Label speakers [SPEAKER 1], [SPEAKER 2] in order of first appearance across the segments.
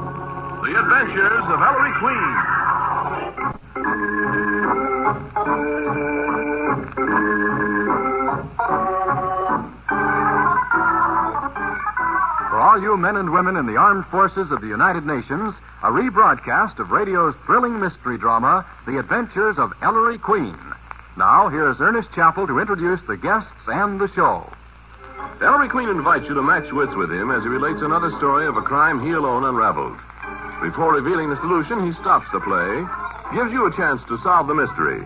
[SPEAKER 1] The Adventures of Ellery Queen. For all you men and women in the armed forces of the United Nations, a rebroadcast of radio's thrilling mystery drama, The Adventures of Ellery Queen. Now, here's Ernest Chappell to introduce the guests and the show.
[SPEAKER 2] Ellery Queen invites you to match wits with him as he relates another story of a crime he alone unraveled. Before revealing the solution, he stops the play, gives you a chance to solve the mystery.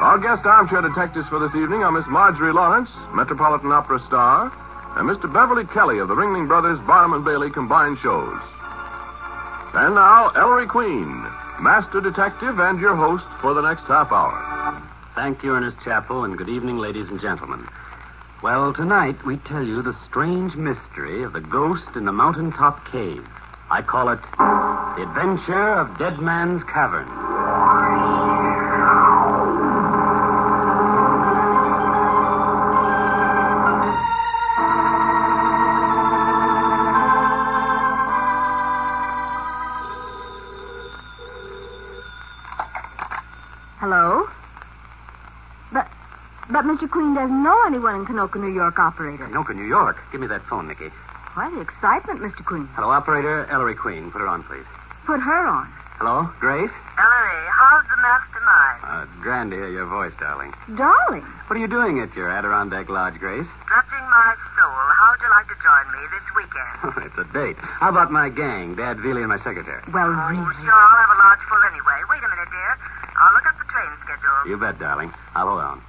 [SPEAKER 2] Our guest armchair detectives for this evening are Miss Marjorie Lawrence, Metropolitan Opera star, and Mr. Beverly Kelly of the Ringling Brothers Barnum and Bailey combined shows. And now, Ellery Queen, master detective and your host for the next half hour.
[SPEAKER 3] Thank you, Ernest Chappell, and good evening, ladies and gentlemen. Well, tonight we tell you the strange mystery of the ghost in the mountaintop cave. I call it The Adventure of Dead Man's Cavern.
[SPEAKER 4] Hello? But, but Mr. Queen doesn't know anyone in Canoka, New York, operator.
[SPEAKER 3] Anoka, New York. Give me that phone, Nicky.
[SPEAKER 4] Why the excitement, Mr. Queen?
[SPEAKER 3] Hello, operator. Ellery Queen. Put her on, please.
[SPEAKER 4] Put her on.
[SPEAKER 3] Hello, Grace?
[SPEAKER 5] Ellery, how's the mastermind?
[SPEAKER 3] Uh, it's grand to hear your voice, darling.
[SPEAKER 4] Darling,
[SPEAKER 3] What are you doing at your Adirondack Lodge, Grace?
[SPEAKER 5] Touching my soul. How'd you like to join me this weekend?
[SPEAKER 3] it's a date. How about my gang, Dad, Veely, and my secretary?
[SPEAKER 4] well,
[SPEAKER 6] Mm-hmm.
[SPEAKER 5] Oh,
[SPEAKER 4] really.
[SPEAKER 5] sure, I'll have a lodge full anyway. Wait a minute, dear. I'll look up the train schedule.
[SPEAKER 3] You bet, darling. I'll hold on.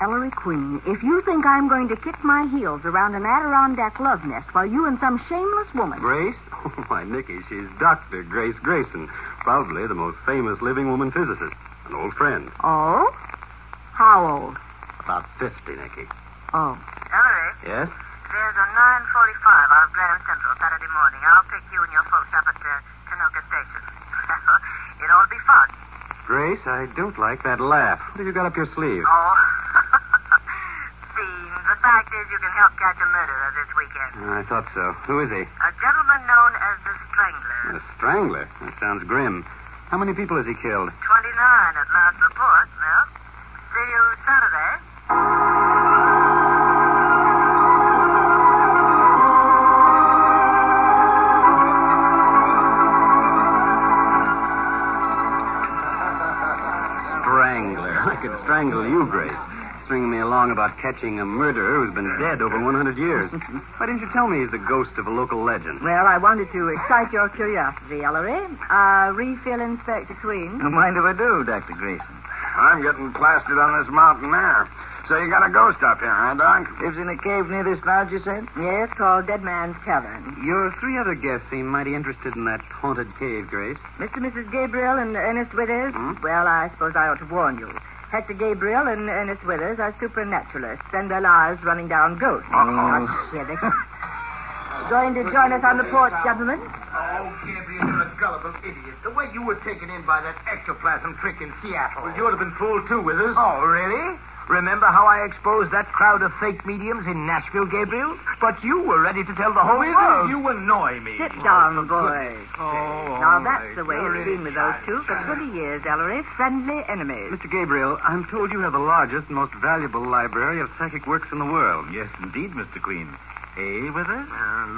[SPEAKER 4] Ellery Queen, if you think I'm going to kick my heels around an Adirondack love nest while you and some shameless woman.
[SPEAKER 3] Grace? Oh, why, Nicky, she's Dr. Grace Grayson, probably the most famous living woman physicist. An old friend.
[SPEAKER 4] Oh? How old?
[SPEAKER 3] About 50, Nicky.
[SPEAKER 4] Oh.
[SPEAKER 5] Ellery,
[SPEAKER 3] Yes?
[SPEAKER 5] there's a 9.45 out of Grand Central Saturday morning. I'll pick you and your folks up at the Canoga Station. Well, it ought to be fun.
[SPEAKER 3] Grace, I don't like that laugh. What have you got up your sleeve?
[SPEAKER 5] Oh. Fiends. The fact is you can help catch a murderer this weekend.
[SPEAKER 3] Uh, I thought so. Who is he?
[SPEAKER 5] A gentleman known as the Strangler.
[SPEAKER 3] A strangler. That sounds grim. How many people has he killed?
[SPEAKER 5] 29 at last report, Mel. See you Saturday.
[SPEAKER 3] Strangler. I could strangle you, Grace. String me along about catching a murderer who's been dead over 100 years. Why didn't you tell me he's the ghost of a local legend?
[SPEAKER 6] Well, I wanted to excite your curiosity, Ellery. Uh, refill Inspector Queen.
[SPEAKER 7] Don't mind if I do, Dr. Grayson.
[SPEAKER 2] I'm getting plastered on this mountain air. So you got a ghost up here, huh, Doc?
[SPEAKER 7] Lives in a cave near this lodge, you said?
[SPEAKER 6] Yes, called Dead Man's Cavern.
[SPEAKER 3] Your three other guests seem mighty interested in that haunted cave, Grace.
[SPEAKER 6] Mr. and Mrs. Gabriel and Ernest Withers?
[SPEAKER 8] Hmm?
[SPEAKER 6] Well, I suppose I ought to warn you. Hector Gabriel and Ernest Withers are supernaturalists, spend their lives running down ghosts.
[SPEAKER 8] Uh-huh.
[SPEAKER 6] Oh, here they come. Going to join us on the porch, gentlemen?
[SPEAKER 8] Oh, Gabriel, you're a gullible idiot. The way you were taken in by that ectoplasm trick in Seattle. Well, you would have been fooled too, Withers. Oh, really? Remember how I exposed that crowd of fake mediums in Nashville, Gabriel? But you were ready to tell the whole world. You annoy me.
[SPEAKER 6] Sit down, boys.
[SPEAKER 8] Oh,
[SPEAKER 6] now, that's the way it's been with those two for 20 years, Ellery. Friendly enemies.
[SPEAKER 3] Mr. Gabriel, I'm told you have the largest, most valuable library of psychic works in the world.
[SPEAKER 7] Yes, indeed, Mr. Queen. Eh, Withers?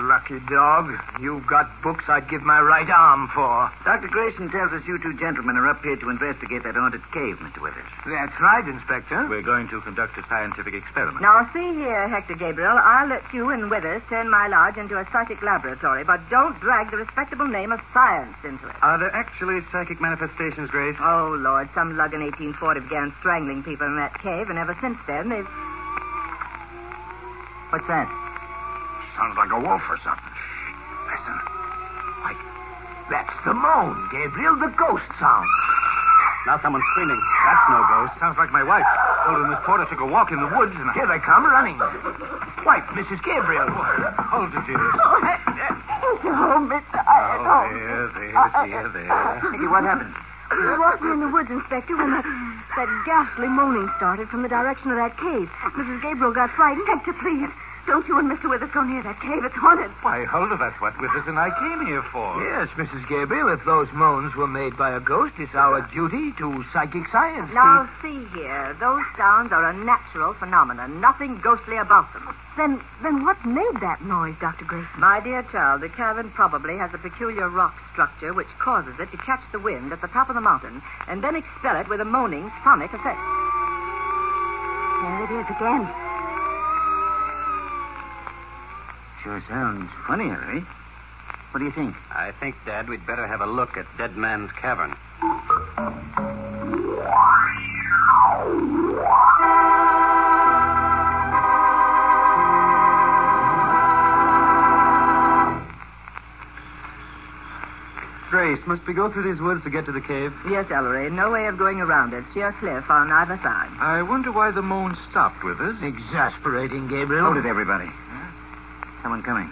[SPEAKER 8] lucky dog. You've got books I'd give my right arm for.
[SPEAKER 7] Dr. Grayson tells us you two gentlemen are up here to investigate that haunted cave, Mr. Withers.
[SPEAKER 8] That's right, Inspector.
[SPEAKER 7] We're going to conduct a scientific experiment.
[SPEAKER 6] Now, see here, Hector Gabriel, I'll let you and Withers turn my lodge into a psychic laboratory, but don't drag the respectable name of science into it.
[SPEAKER 3] Are there actually psychic manifestations, Grace?
[SPEAKER 6] Oh, Lord, some lug in 1840 began strangling people in that cave, and ever since then they've...
[SPEAKER 7] What's that?
[SPEAKER 8] Sounds like a wolf or something. Listen. Like, that's the moan, Gabriel, the ghost sound.
[SPEAKER 3] Now someone's screaming. That's no ghost.
[SPEAKER 8] Sounds like my wife. Told her Miss Porter took a walk in the woods, and here they come running. Wife, Mrs. Gabriel. Hold it, Oh, dear.
[SPEAKER 6] Oh,
[SPEAKER 4] Oh, Mr. I,
[SPEAKER 3] there, there, there, there.
[SPEAKER 7] Nicky, what happened?
[SPEAKER 4] We were walking in the woods, Inspector, when that, that ghastly moaning started from the direction of that cave. Mrs. Gabriel got frightened. Hector, please.
[SPEAKER 9] Don't you and Mr. Withers go near that cave. It's haunted.
[SPEAKER 3] Why, hold of us, what Withers and I came here for.
[SPEAKER 10] Yes, Mrs. Gabriel, if those moans were made by a ghost, it's our duty to psychic science.
[SPEAKER 6] Now, see here. Those sounds are a natural phenomenon. Nothing ghostly about them.
[SPEAKER 9] Then, then what made that noise, Dr. Grayson?
[SPEAKER 6] My dear child, the cavern probably has a peculiar rock structure which causes it to catch the wind at the top of the mountain and then expel it with a moaning sonic effect.
[SPEAKER 9] There it is again.
[SPEAKER 11] Sure sounds funnier, eh? What do you think?
[SPEAKER 12] I think, Dad, we'd better have a look at Dead Man's Cavern. Grace, must we go through these woods to get to the cave?
[SPEAKER 6] Yes, Ellery. No way of going around it. Sheer cliff on either side.
[SPEAKER 3] I wonder why the moan stopped Withers.
[SPEAKER 10] Exasperating, Gabriel.
[SPEAKER 11] Hold it, everybody. Someone coming.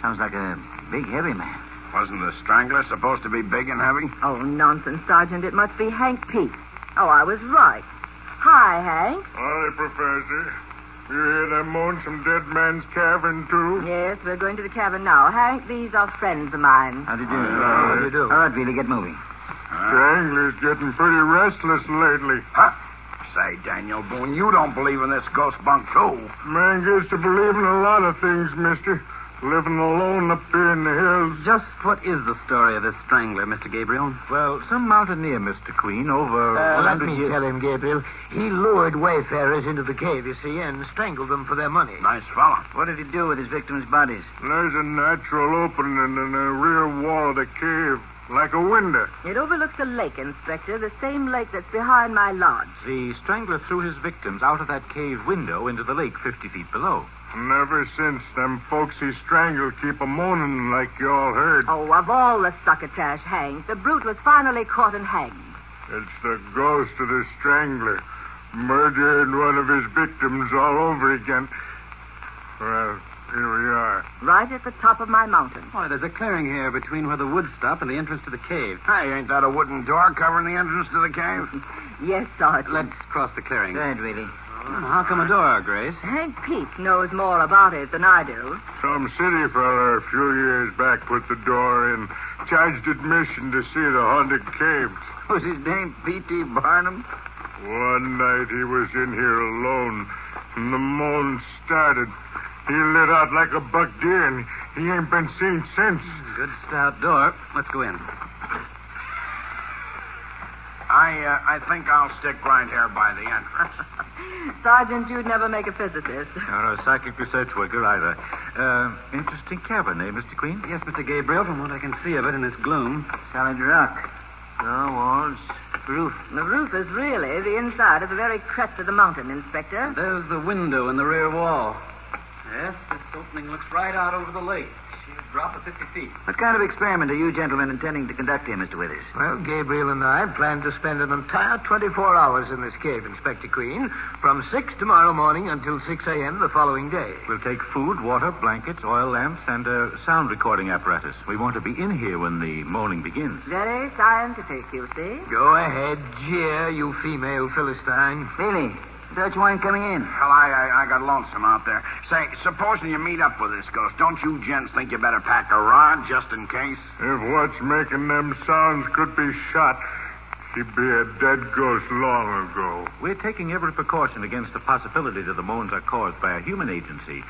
[SPEAKER 11] Sounds like a big, heavy man.
[SPEAKER 13] Wasn't the strangler supposed to be big and heavy?
[SPEAKER 6] Oh, nonsense, Sergeant. It must be Hank Pete. Oh, I was right. Hi, Hank.
[SPEAKER 1] Hi, Professor. You hear that moan from Dead Man's Cavern, too?
[SPEAKER 6] Yes, we're going to the cabin now. Hank, these are friends of mine.
[SPEAKER 11] How do you do?
[SPEAKER 1] How do
[SPEAKER 10] you do?
[SPEAKER 11] All right, Vili, get moving.
[SPEAKER 1] Strangler's getting pretty restless lately.
[SPEAKER 13] Huh? Say, Daniel Boone, you don't believe in this ghost bunk, too.
[SPEAKER 1] Man gets to believe in a lot of things, mister. Living alone up here in the hills.
[SPEAKER 12] Just what is the story of this strangler, Mr. Gabriel?
[SPEAKER 3] Well, some mountaineer, Mr. Queen, over.
[SPEAKER 10] Uh, let
[SPEAKER 3] 100
[SPEAKER 10] me
[SPEAKER 3] years-
[SPEAKER 10] tell him, Gabriel. He lured wayfarers into the cave, you see, and strangled them for their money.
[SPEAKER 13] Nice fella.
[SPEAKER 11] What did he do with his victims' bodies?
[SPEAKER 1] There's a natural opening in the rear wall of the cave, like a window.
[SPEAKER 6] It overlooks a lake, Inspector, the same lake that's behind my lodge.
[SPEAKER 3] The strangler threw his victims out of that cave window into the lake 50 feet below.
[SPEAKER 1] And ever since, them folks he strangled keep a moaning like you all heard.
[SPEAKER 6] Oh, of all the succotash, Hank, the brute was finally caught and hanged.
[SPEAKER 1] It's the ghost of the strangler, murdering one of his victims all over again. Well, here we are.
[SPEAKER 6] Right at the top of my mountain.
[SPEAKER 12] Why, there's a clearing here between where the woods stop and the entrance to the cave.
[SPEAKER 13] Hey, ain't that a wooden door covering the entrance to the cave?
[SPEAKER 6] Yes, Sergeant.
[SPEAKER 12] Let's cross the clearing.
[SPEAKER 11] Go ahead, Vili.
[SPEAKER 12] How come a door, Grace?
[SPEAKER 6] Hank Pete knows more about it than I do.
[SPEAKER 1] Some city feller a few years back put the door in, charged admission to see the haunted caves.
[SPEAKER 11] Was his name P.T. Barnum?
[SPEAKER 1] One night he was in here alone, and the moan started. He lit out like a buck deer, and he ain't been seen since.
[SPEAKER 12] Good stout door. Let's go in.
[SPEAKER 13] I, uh, I think I'll stick right here by the entrance.
[SPEAKER 6] Sergeant, you'd never make a physicist.
[SPEAKER 3] Or a psychic research worker, either. Uh, interesting cavern, eh, Mr. Queen?
[SPEAKER 12] Yes, Mr. Gabriel, from what I can see of it in this gloom.
[SPEAKER 11] Solid rock. No walls. Roof.
[SPEAKER 6] The roof is really the inside of the very crest of the mountain, Inspector.
[SPEAKER 12] There's the window in the rear wall. Yes, this opening looks right out over the lake. Sheer drop of 50 feet.
[SPEAKER 11] What kind of experiment are you gentlemen intending to conduct here, Mr. Withers?
[SPEAKER 10] Well, Gabriel and I plan to spend an entire 24 hours in this cave, Inspector Queen, from 6 tomorrow morning until 6 a.m. the following day.
[SPEAKER 3] We'll take food, water, blankets, oil lamps, and a sound recording apparatus. We want to be in here when the moaning begins.
[SPEAKER 6] Very scientific, you see.
[SPEAKER 10] Go ahead, jeer, you female Philistine.
[SPEAKER 11] Vili, don't you want him coming in?
[SPEAKER 13] Hell, I, I, I got lonesome out there. Say, supposing you meet up with this ghost, don't you gents think you better pack a rod just in case?
[SPEAKER 1] If what's making them sounds could be shot, he'd be a dead ghost long ago.
[SPEAKER 3] We're taking every precaution against the possibility that the moans are caused by a human agency.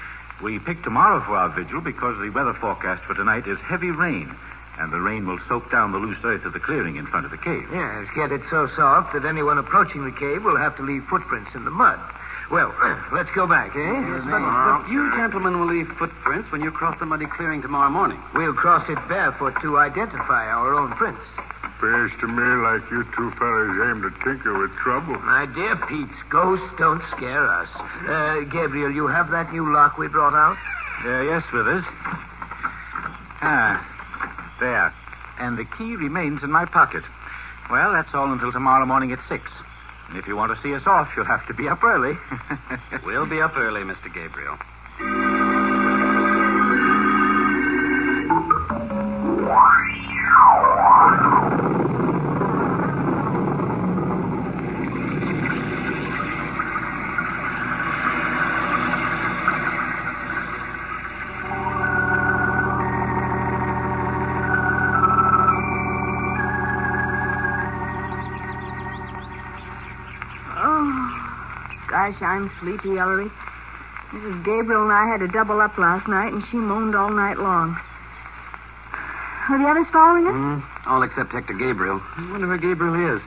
[SPEAKER 3] We pick tomorrow for our vigil because the weather forecast for tonight is heavy rain, and the rain will soak down the loose earth of the clearing in front of the cave.
[SPEAKER 10] Yes, get it so soft that anyone approaching the cave will have to leave footprints in the mud. Well, let's go back, eh?
[SPEAKER 12] But, but you gentlemen will leave footprints when you cross the muddy clearing tomorrow morning.
[SPEAKER 10] We'll cross it barefoot to identify our own prints.
[SPEAKER 1] Appears to me like you two fellas aim to tinker with trouble.
[SPEAKER 10] My dear Pete, ghosts don't scare us. Uh, Gabriel, you have that new lock we brought out?
[SPEAKER 3] Uh, yes, Withers. Ah, there. And the key remains in my pocket. Well, that's all until tomorrow morning at six. And if you want to see us off, you'll have to be up early.
[SPEAKER 12] We'll be up early, Mr. Gabriel.
[SPEAKER 4] Oh, Gosh, I'm sleepy, Ellery. Mrs. Gabriel and I had to double up last night, and she moaned all night long. Are the others following us?
[SPEAKER 3] Mm, all except Hector Gabriel. I wonder where Gabriel is.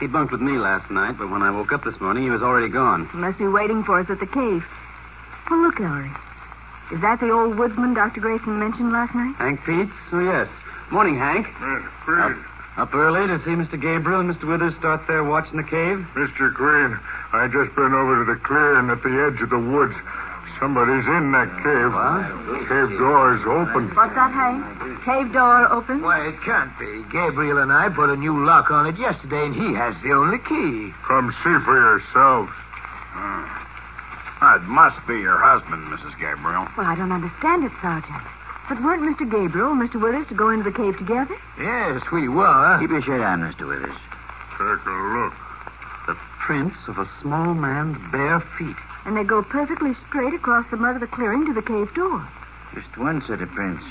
[SPEAKER 3] He bunked with me last night, but when I woke up this morning, he was already gone.
[SPEAKER 4] He must be waiting for us at the cave. Well, look, Ellery. Is that the old woodsman Dr. Grayson mentioned last night?
[SPEAKER 3] Hank Peets? Oh, yes. Morning, Hank.
[SPEAKER 12] Green,
[SPEAKER 3] Up early to see Mr. Gabriel and Mr. Withers start their watch in the cave?
[SPEAKER 12] Mr. Green, I just been over to the clearing at the edge of the woods. Somebody's in that cave. Cave door's open.
[SPEAKER 4] What's that, Hank? Cave door open?
[SPEAKER 8] Why, it can't be. Gabriel and I put a new lock on it yesterday, and he has the only key.
[SPEAKER 12] Come see for yourselves.
[SPEAKER 14] It must be your husband, Mrs. Gabriel.
[SPEAKER 4] Well, I don't understand it, Sergeant. But weren't Mr. Gabriel and Mr. Withers to go into the cave together?
[SPEAKER 8] Yes, we were.
[SPEAKER 7] Keep your shirt on, Mr. Withers.
[SPEAKER 12] Take a look.
[SPEAKER 3] The prints of a small man's bare feet.
[SPEAKER 4] And they go perfectly straight across the mud of the clearing to the cave door.
[SPEAKER 7] Just one set of prints.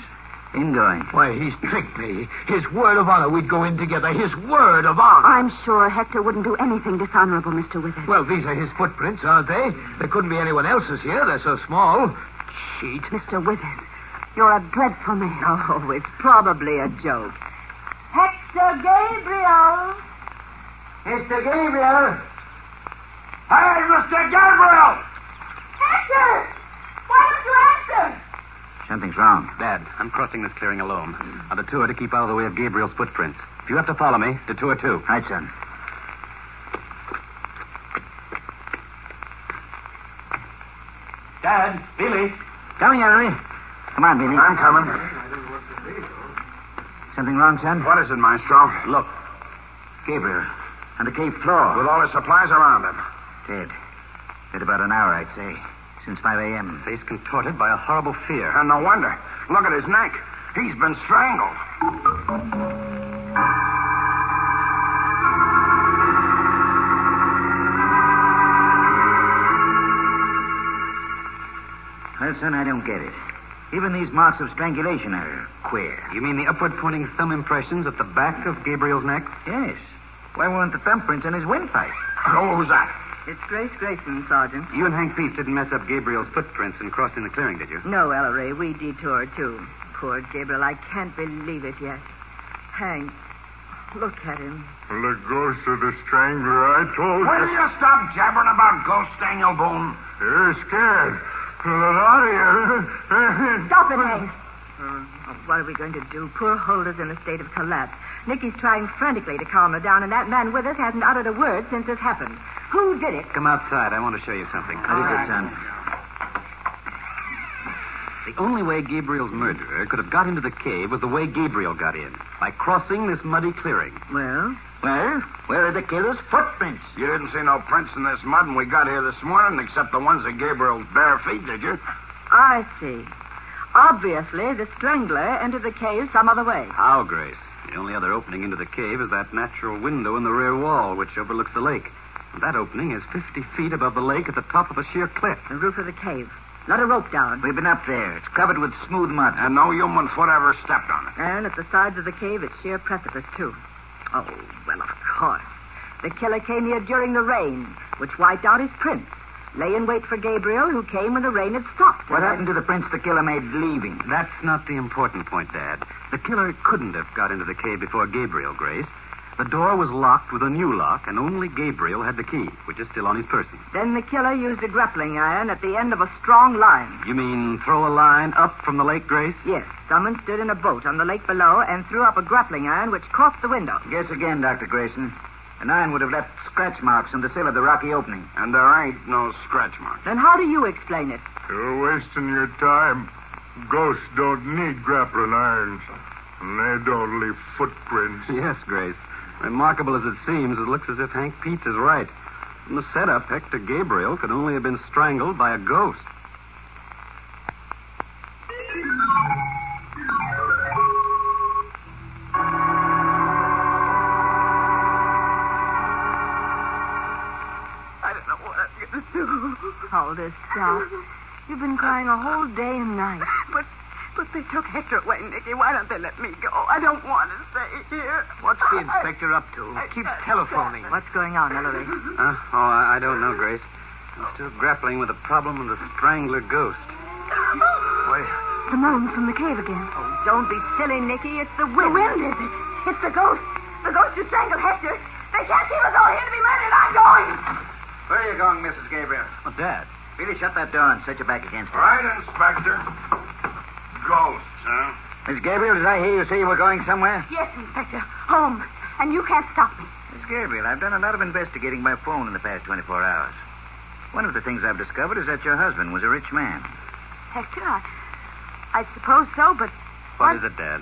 [SPEAKER 7] Ingoing.
[SPEAKER 8] Why, he's tricked me. His word of honor, we'd go in together. His word of honor.
[SPEAKER 4] I'm sure Hector wouldn't do anything dishonorable, Mr. Withers.
[SPEAKER 8] Well, these are his footprints, aren't they? There couldn't be anyone else's here. They're so small. Cheat.
[SPEAKER 4] Mr. Withers, you're a dreadful man.
[SPEAKER 6] Oh, it's probably a joke.
[SPEAKER 15] Hector Gabriel.
[SPEAKER 8] Mr. Gabriel.
[SPEAKER 14] Hey, Mr. Gabriel!
[SPEAKER 15] Hector! Why don't you answer?
[SPEAKER 7] Something's wrong.
[SPEAKER 3] Dad, I'm crossing this clearing alone. I'll detour to keep out of the way of Gabriel's footprints. If you have to follow me, detour too.
[SPEAKER 7] Right, son.
[SPEAKER 3] Dad, Billy.
[SPEAKER 7] Come here, Henry. Come on, Billy.
[SPEAKER 14] I'm coming.
[SPEAKER 7] Something wrong, son?
[SPEAKER 14] What is it, Maestro?
[SPEAKER 7] Look. Gabriel. On the cave floor.
[SPEAKER 14] With all his supplies around him.
[SPEAKER 7] Dead. Dead about an hour, I'd say. Since 5 a.m.
[SPEAKER 3] Face contorted by a horrible fear.
[SPEAKER 14] And no wonder. Look at his neck. He's been strangled.
[SPEAKER 7] Well, son, I don't get it. Even these marks of strangulation are queer.
[SPEAKER 3] You mean the upward pointing thumb impressions at the back of Gabriel's neck?
[SPEAKER 7] Yes. Why weren't the thumbprints on his windpipe?
[SPEAKER 3] Oh,
[SPEAKER 14] Who was that?
[SPEAKER 6] It's Grace Grayson, Sergeant.
[SPEAKER 3] You and Hank Peace didn't mess up Gabriel's footprints in crossing the clearing, did you?
[SPEAKER 6] No, Ellery, we detoured, too. Poor Gabriel, I can't believe it yet. Hank, look at him.
[SPEAKER 12] The ghost of the strangler I told
[SPEAKER 14] Will you stop jabbering about ghosts, Daniel Boone?
[SPEAKER 12] You're scared. Let out of here.
[SPEAKER 4] Stop it, Hank.
[SPEAKER 6] Oh, what are we going to do? Poor Holder's in a state of collapse. Nicky's trying frantically to calm her down, and that man with us hasn't uttered a word since this happened. Who did it?
[SPEAKER 3] Come outside. I want to show you something.
[SPEAKER 7] Very good, son.
[SPEAKER 3] The only way Gabriel's murderer could have got into the cave was the way Gabriel got in by crossing this muddy clearing.
[SPEAKER 6] Well,
[SPEAKER 7] Well, where are the killer's footprints?
[SPEAKER 14] You didn't see no prints in this mud when we got here this morning, except the ones of Gabriel's bare feet, did you?
[SPEAKER 6] I see. Obviously, the strangler entered the cave some other way.
[SPEAKER 3] How, Grace? The only other opening into the cave is that natural window in the rear wall, which overlooks the lake. And that opening is 50 feet above the lake at the top of a sheer cliff.
[SPEAKER 6] The roof of the cave. Not a rope down.
[SPEAKER 7] We've been up there. It's covered with smooth mud.
[SPEAKER 14] And no human foot ever stepped on it.
[SPEAKER 6] And at the sides of the cave, it's sheer precipice, too. Oh, well, of course. The killer came here during the rain, which wiped out his prints. Lay in wait for Gabriel, who came when the rain had stopped.
[SPEAKER 7] What happened to the prints the killer made leaving?
[SPEAKER 3] That's not the important point, Dad. The killer couldn't have got into the cave before Gabriel, Grace. The door was locked with a new lock, and only Gabriel had the key, which is still on his person.
[SPEAKER 6] Then the killer used a grappling iron at the end of a strong line.
[SPEAKER 3] You mean throw a line up from the lake, Grace?
[SPEAKER 6] Yes, someone stood in a boat on the lake below and threw up a grappling iron which caught the window.
[SPEAKER 7] Guess again, Dr. Grayson. An iron would have left scratch marks on the sill of the rocky opening.
[SPEAKER 14] And there ain't no scratch marks.
[SPEAKER 6] Then how do you explain it?
[SPEAKER 12] You're wasting your time. Ghosts don't need grappling irons. And they don't leave footprints.
[SPEAKER 3] Yes, Grace. Remarkable as it seems, it looks as if Hank Pete is right. From the setup, Hector Gabriel could only have been strangled by a ghost.
[SPEAKER 15] I don't know what I'm going to do.
[SPEAKER 4] Holder, stop. You've been crying a whole day and night.
[SPEAKER 15] But, but they took Hector away, Nicky. Why don't they let me go? I don't want to stay here.
[SPEAKER 8] What's the inspector up to?
[SPEAKER 15] I-
[SPEAKER 8] Keeps
[SPEAKER 15] I-
[SPEAKER 8] telephoning.
[SPEAKER 6] What's going on, Ellery?
[SPEAKER 3] Uh, oh, I, I don't know, Grace.
[SPEAKER 16] I'm still grappling with the problem of the strangler ghost. Wait.
[SPEAKER 6] The moan's from the cave again.
[SPEAKER 17] Don't be silly, Nicky. It's the wind.
[SPEAKER 6] The wind is it? It's the ghost.
[SPEAKER 18] The ghost who strangled Hector. They can't keep us all here to be murdered. I'm going.
[SPEAKER 3] Where are you going, Mrs. Gabriel?
[SPEAKER 16] What's that?
[SPEAKER 3] Billy, shut that door and set your back against it.
[SPEAKER 19] Right, Inspector. Ghosts, huh?
[SPEAKER 3] Miss Gabriel, did I hear you say you were going somewhere?
[SPEAKER 18] Yes, Inspector. Home. And you can't stop me.
[SPEAKER 3] Miss Gabriel, I've done a lot of investigating by phone in the past 24 hours. One of the things I've discovered is that your husband was a rich man.
[SPEAKER 18] Hector, I, I suppose so, but
[SPEAKER 3] What is it, Dad?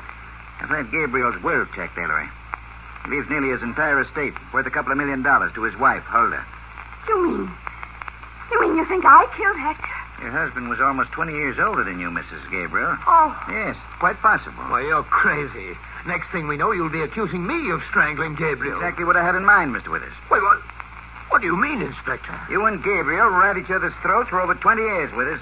[SPEAKER 3] I've had Gabriel's will checked, Ellery. He leaves nearly his entire estate, worth a couple of million dollars, to his wife, Hulda.
[SPEAKER 18] you mean. You mean you think I killed Hector?
[SPEAKER 3] Your husband was almost 20 years older than you, Mrs. Gabriel.
[SPEAKER 18] Oh,
[SPEAKER 3] Yes, it's quite possible.
[SPEAKER 20] Why, you're crazy. Next thing we know, you'll be accusing me of strangling Gabriel.
[SPEAKER 3] Exactly what I had in mind, Mr. Withers.
[SPEAKER 20] Wait, what? What do you mean, Inspector?
[SPEAKER 3] You and Gabriel were at each other's throats for over 20 years, Withers.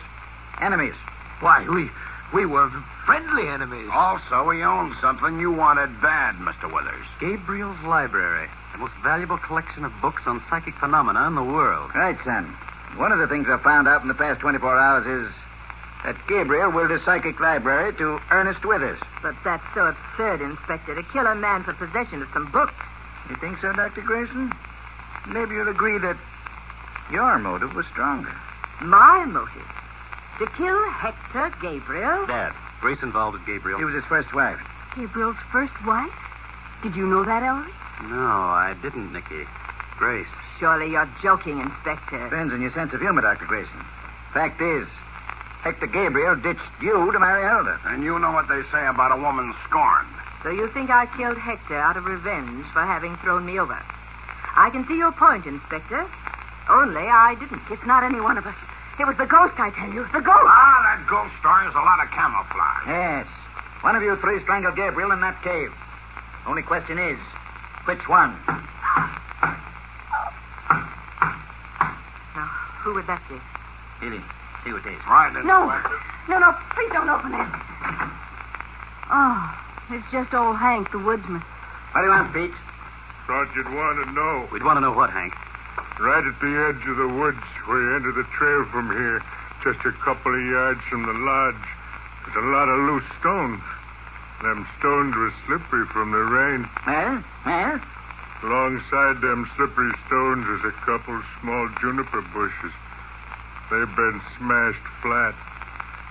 [SPEAKER 3] Enemies.
[SPEAKER 20] Why, we we were friendly enemies.
[SPEAKER 19] Also, he owned something you wanted bad, Mr. Withers.
[SPEAKER 16] Gabriel's Library, the most valuable collection of books on psychic phenomena in the world.
[SPEAKER 3] Right, son. One of the things I've found out in the past 24 hours is that Gabriel willed his psychic library to Ernest Withers.
[SPEAKER 17] But that's so absurd, Inspector, to kill a man for possession of some books.
[SPEAKER 3] You think so, Dr. Grayson? Maybe you'll agree that your motive was stronger.
[SPEAKER 17] My motive? To kill Hector Gabriel?
[SPEAKER 16] Dad, Grace involved with Gabriel.
[SPEAKER 3] He was his first wife.
[SPEAKER 6] Gabriel's first wife? Did you know that, Ellery?
[SPEAKER 16] No, I didn't, Nicky. Grace.
[SPEAKER 17] Surely you're joking, Inspector.
[SPEAKER 3] Depends on your sense of humor, Dr. Grayson. Fact is, Hector Gabriel ditched you to marry Hilda.
[SPEAKER 19] And you know what they say about a woman scorned.
[SPEAKER 17] So you think I killed Hector out of revenge for having thrown me over? I can see your point, Inspector. Only I didn't.
[SPEAKER 18] it's not any one of us. It was the ghost, I tell you. The ghost.
[SPEAKER 19] Ah, that ghost story is a lot of camouflage.
[SPEAKER 3] Yes. One of you three strangled Gabriel in that cave. Only question is, which one?
[SPEAKER 17] Now, who would that be?
[SPEAKER 3] Billy, see who it is.
[SPEAKER 19] Right, Inspector.
[SPEAKER 18] No. No, no. Please don't open it.
[SPEAKER 6] Oh, it's just old Hank, the woodsman.
[SPEAKER 3] What do you want, Pete?
[SPEAKER 12] Thought you'd want to know.
[SPEAKER 16] We'd want to know what, Hank?
[SPEAKER 12] Right at the edge of the woods where you enter the trail from here, just a couple of yards from the lodge, there's a lot of loose stones. Them stones were slippery from the rain.
[SPEAKER 3] Well, well,
[SPEAKER 12] Alongside them slippery stones is a couple small juniper bushes. They've been smashed flat.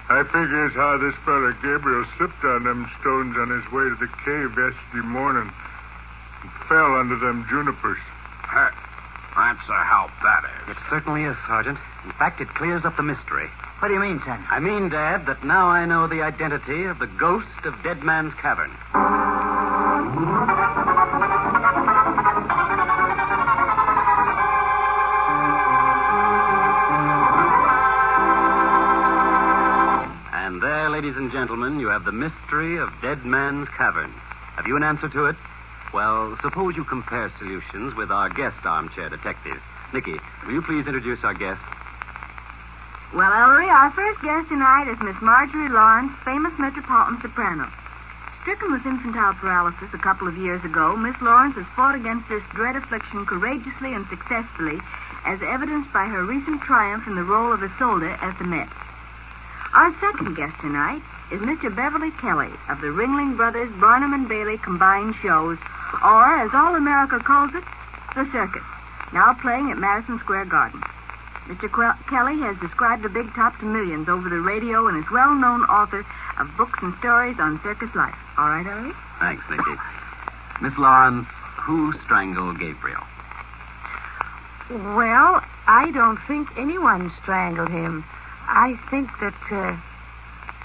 [SPEAKER 12] I figures how this fella Gabriel slipped on them stones on his way to the cave yesterday morning and fell under them junipers.
[SPEAKER 19] Heck, that's a help, that is.
[SPEAKER 16] It certainly is, Sergeant. In fact, it clears up the mystery.
[SPEAKER 3] what do you mean, son?
[SPEAKER 16] I mean, Dad, that now I know the identity of the ghost of Dead Man's Cavern. And there, ladies and gentlemen, you have the mystery of Dead Man's Cavern. Have you an answer to it? Well, suppose you compare solutions with our guest armchair detective. Nicky, will you please introduce our guest?
[SPEAKER 6] Well, Ellery, our first guest tonight is Miss Marjorie Lawrence, famous metropolitan soprano. Stricken with infantile paralysis a couple of years ago, Miss Lawrence has fought against this dread affliction courageously and successfully, as evidenced by her recent triumph in the role of Isolde at the Met. Our second guest tonight is Mr. Beverly Kelly of the Ringling Brothers Barnum and Bailey Combined Shows, or as all America calls it, the circus, now playing at Madison Square Garden. Mr. Quel- Kelly has described the big top to millions over the radio and is well known author of books and stories on circus life. All right, Ellery?
[SPEAKER 16] Thanks, Nicky. Miss Lawrence, who strangled Gabriel?
[SPEAKER 21] Well, I don't think anyone strangled him. I think that uh,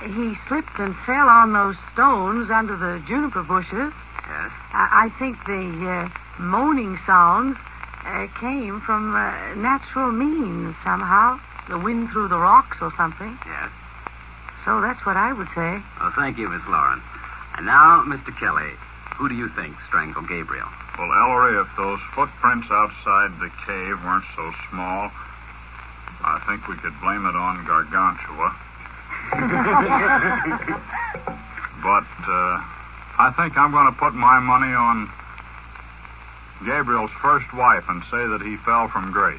[SPEAKER 21] he slipped and fell on those stones under the juniper bushes.
[SPEAKER 16] Yes.
[SPEAKER 21] I, I think the uh, moaning sounds uh, came from uh, natural means somehow. The wind through the rocks or something.
[SPEAKER 16] Yes.
[SPEAKER 21] So that's what I would say.
[SPEAKER 16] Well, Oh, thank you, Miss Lawrence. And now, Mr. Kelly, who do you think strangled Gabriel?
[SPEAKER 22] Well, Ellery, if those footprints outside the cave weren't so small, I think we could blame it on Gargantua. But uh, I think I'm going to put my money on Gabriel's first wife and say that he fell from grace.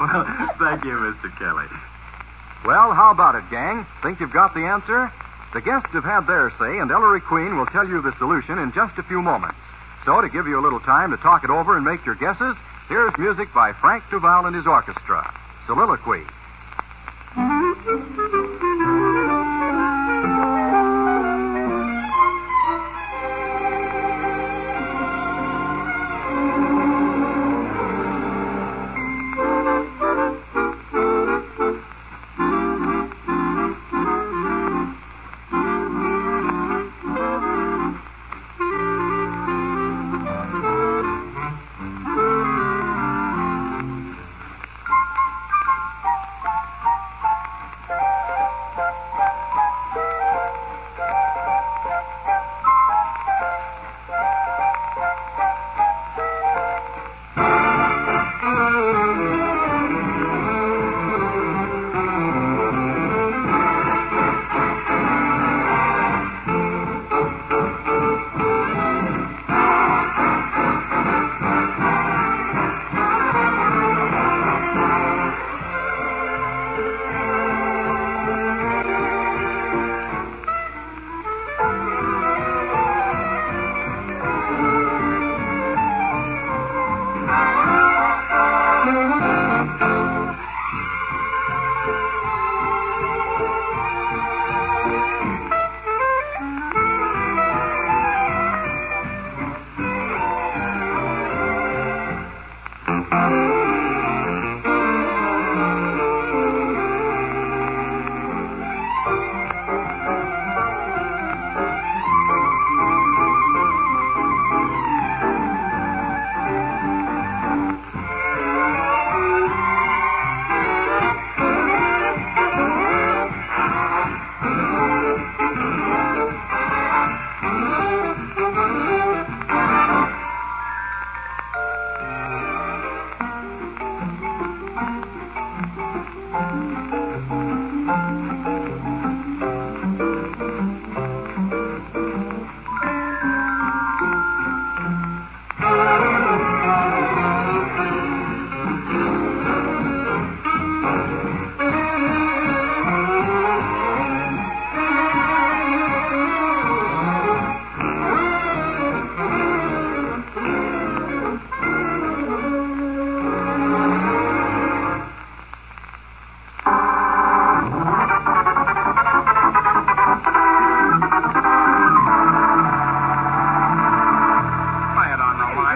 [SPEAKER 3] well, thank you, Mr. Kelly.
[SPEAKER 1] Well, how about it, gang? Think you've got the answer? The guests have had their say, and Ellery Queen will tell you the solution in just a few moments. So, to give you a little time to talk it over and make your guesses, here's music by Frank Duval and his orchestra Soliloquy.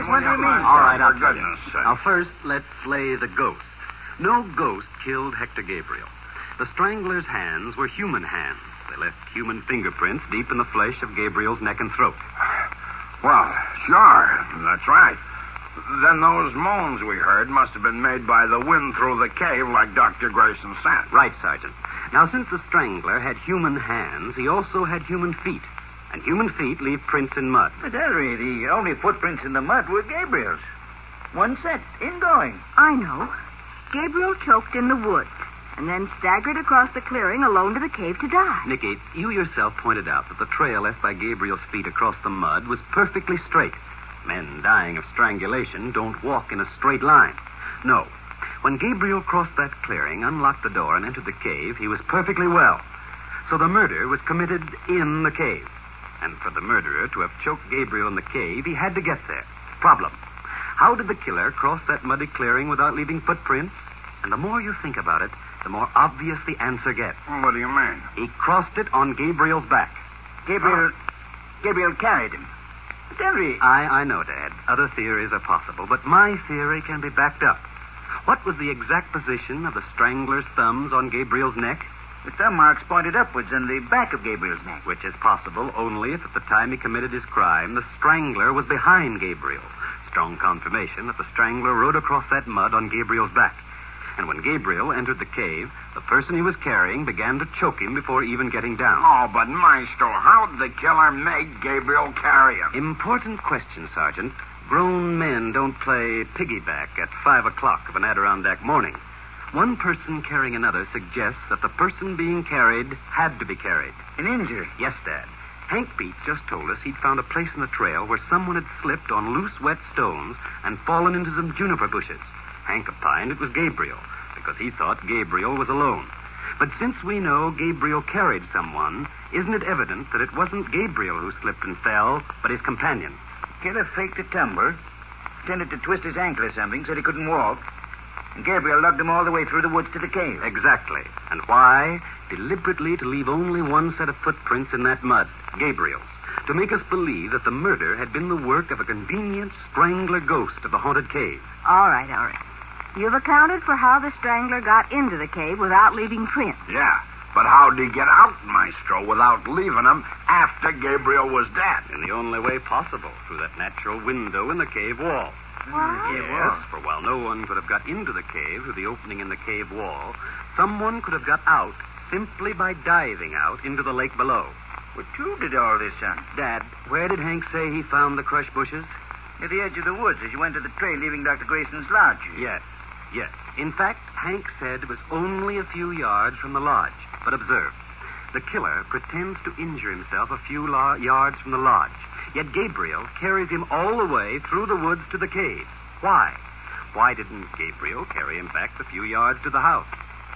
[SPEAKER 3] What do you mean? All right, I'll tell you. Now, first, let's slay the ghost. No ghost killed Hector Gabriel. The strangler's hands were human hands. They left human fingerprints deep in the flesh of Gabriel's neck and throat.
[SPEAKER 14] Well, sure, that's right. Then those moans we heard must have been made by the wind through the cave, like Dr. Grayson said.
[SPEAKER 3] Right, Sergeant. Now, since the strangler had human hands, he also had human feet. And human feet leave prints in mud.
[SPEAKER 7] But, Ellery, the only footprints in the mud were Gabriel's. One set, ingoing.
[SPEAKER 4] I know. Gabriel choked in the woods and then staggered across the clearing alone to the cave to die.
[SPEAKER 3] Nicky, you yourself pointed out that the trail left by Gabriel's feet across the mud was perfectly straight. Men dying of strangulation don't walk in a straight line. No. When Gabriel crossed that clearing, unlocked the door, and entered the cave, he was perfectly well. So the murder was committed in the cave. And for the murderer to have choked Gabriel in the cave, he had to get there. Problem. How did the killer cross that muddy clearing without leaving footprints? And the more you think about it, the more obvious the answer gets.
[SPEAKER 14] What do you mean?
[SPEAKER 3] He crossed it on Gabriel's back. Oh.
[SPEAKER 7] Gabriel. Gabriel carried him. But, Ellery.
[SPEAKER 3] I, I know, Dad. Other theories are possible, but my theory can be backed up. What was the exact position of the strangler's thumbs on Gabriel's neck?
[SPEAKER 7] The thumb marks pointed upwards in the back of Gabriel's neck.
[SPEAKER 3] Which is possible only if at the time he committed his crime, the strangler was behind Gabriel. Strong confirmation that the strangler rode across that mud on Gabriel's back. And when Gabriel entered the cave, the person he was carrying began to choke him before even getting down.
[SPEAKER 14] Oh, but Maestro, how'd the killer make Gabriel carry him?
[SPEAKER 3] Important question, Sergeant. Grown men don't play piggyback at five o'clock of an Adirondack morning. One person carrying another suggests that the person being carried had to be carried.
[SPEAKER 7] An injury?
[SPEAKER 3] Yes, Dad. Hank Beach just told us he'd found a place in the trail where someone had slipped on loose, wet stones and fallen into some juniper bushes. Hank opined it was Gabriel, because he thought Gabriel was alone. But since we know Gabriel carried someone, isn't it evident that it wasn't Gabriel who slipped and fell, but his companion?
[SPEAKER 7] Killer faked a tumble, pretended to twist his ankle or something, said he couldn't walk. And Gabriel lugged him all the way through the woods to the cave.
[SPEAKER 3] Exactly. And why? Deliberately to leave only one set of footprints in that mud, Gabriel's, to make us believe that the murder had been the work of a convenient strangler ghost of the haunted cave.
[SPEAKER 4] All right, all right. You've accounted for how the strangler got into the cave without leaving prints.
[SPEAKER 14] Yeah, but how did he get out, Maestro, without leaving him after Gabriel was dead?
[SPEAKER 3] In the only way possible, through that natural window in the cave wall.
[SPEAKER 18] Mm.
[SPEAKER 4] What?
[SPEAKER 3] Yes, for while no one could have got into the cave through the opening in the cave wall, someone could have got out simply by diving out into the lake below.
[SPEAKER 7] But you did all this, son.
[SPEAKER 3] Dad, where did Hank say he found the crushed bushes?
[SPEAKER 7] At the edge of the woods as you went to the trail leaving Dr. Grayson's lodge.
[SPEAKER 3] Yes, yes. In fact, Hank said it was only a few yards from the lodge. But observe, the killer pretends to injure himself a few la- yards from the lodge. Yet Gabriel carries him all the way through the woods to the cave. Why? Why didn't Gabriel carry him back the few yards to the house?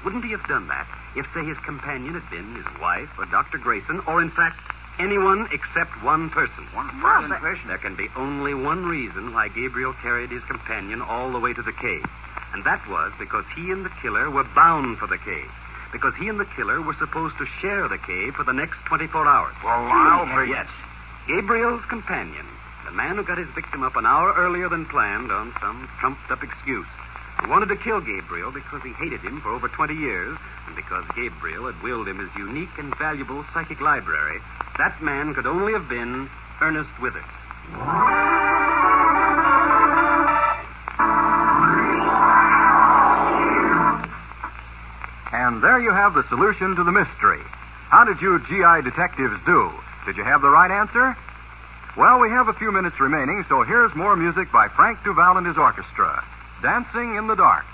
[SPEAKER 3] Wouldn't he have done that if, say, his companion had been his wife or Dr. Grayson, or in fact, anyone except one person? One
[SPEAKER 7] person? No, but-
[SPEAKER 3] There can be only one reason why Gabriel carried his companion all the way to the cave. And that was because he and the killer were bound for the cave. Because he and the killer were supposed to share the cave for the next 24 hours. Mm,
[SPEAKER 14] Well, I'll be-
[SPEAKER 3] Yes. Gabriel's companion, the man who got his victim up an hour earlier than planned on some trumped up excuse, who wanted to kill Gabriel because he hated him for over 20 years and because Gabriel had willed him his unique and valuable psychic library, that man could only have been Ernest Withers.
[SPEAKER 1] And there you have the solution to the mystery. How did you GI detectives do? Did you have the right answer? Well, we have a few minutes remaining, so here's more music by Frank Duval and his orchestra Dancing in the Dark.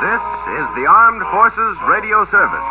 [SPEAKER 1] This is the Armed Forces Radio Service.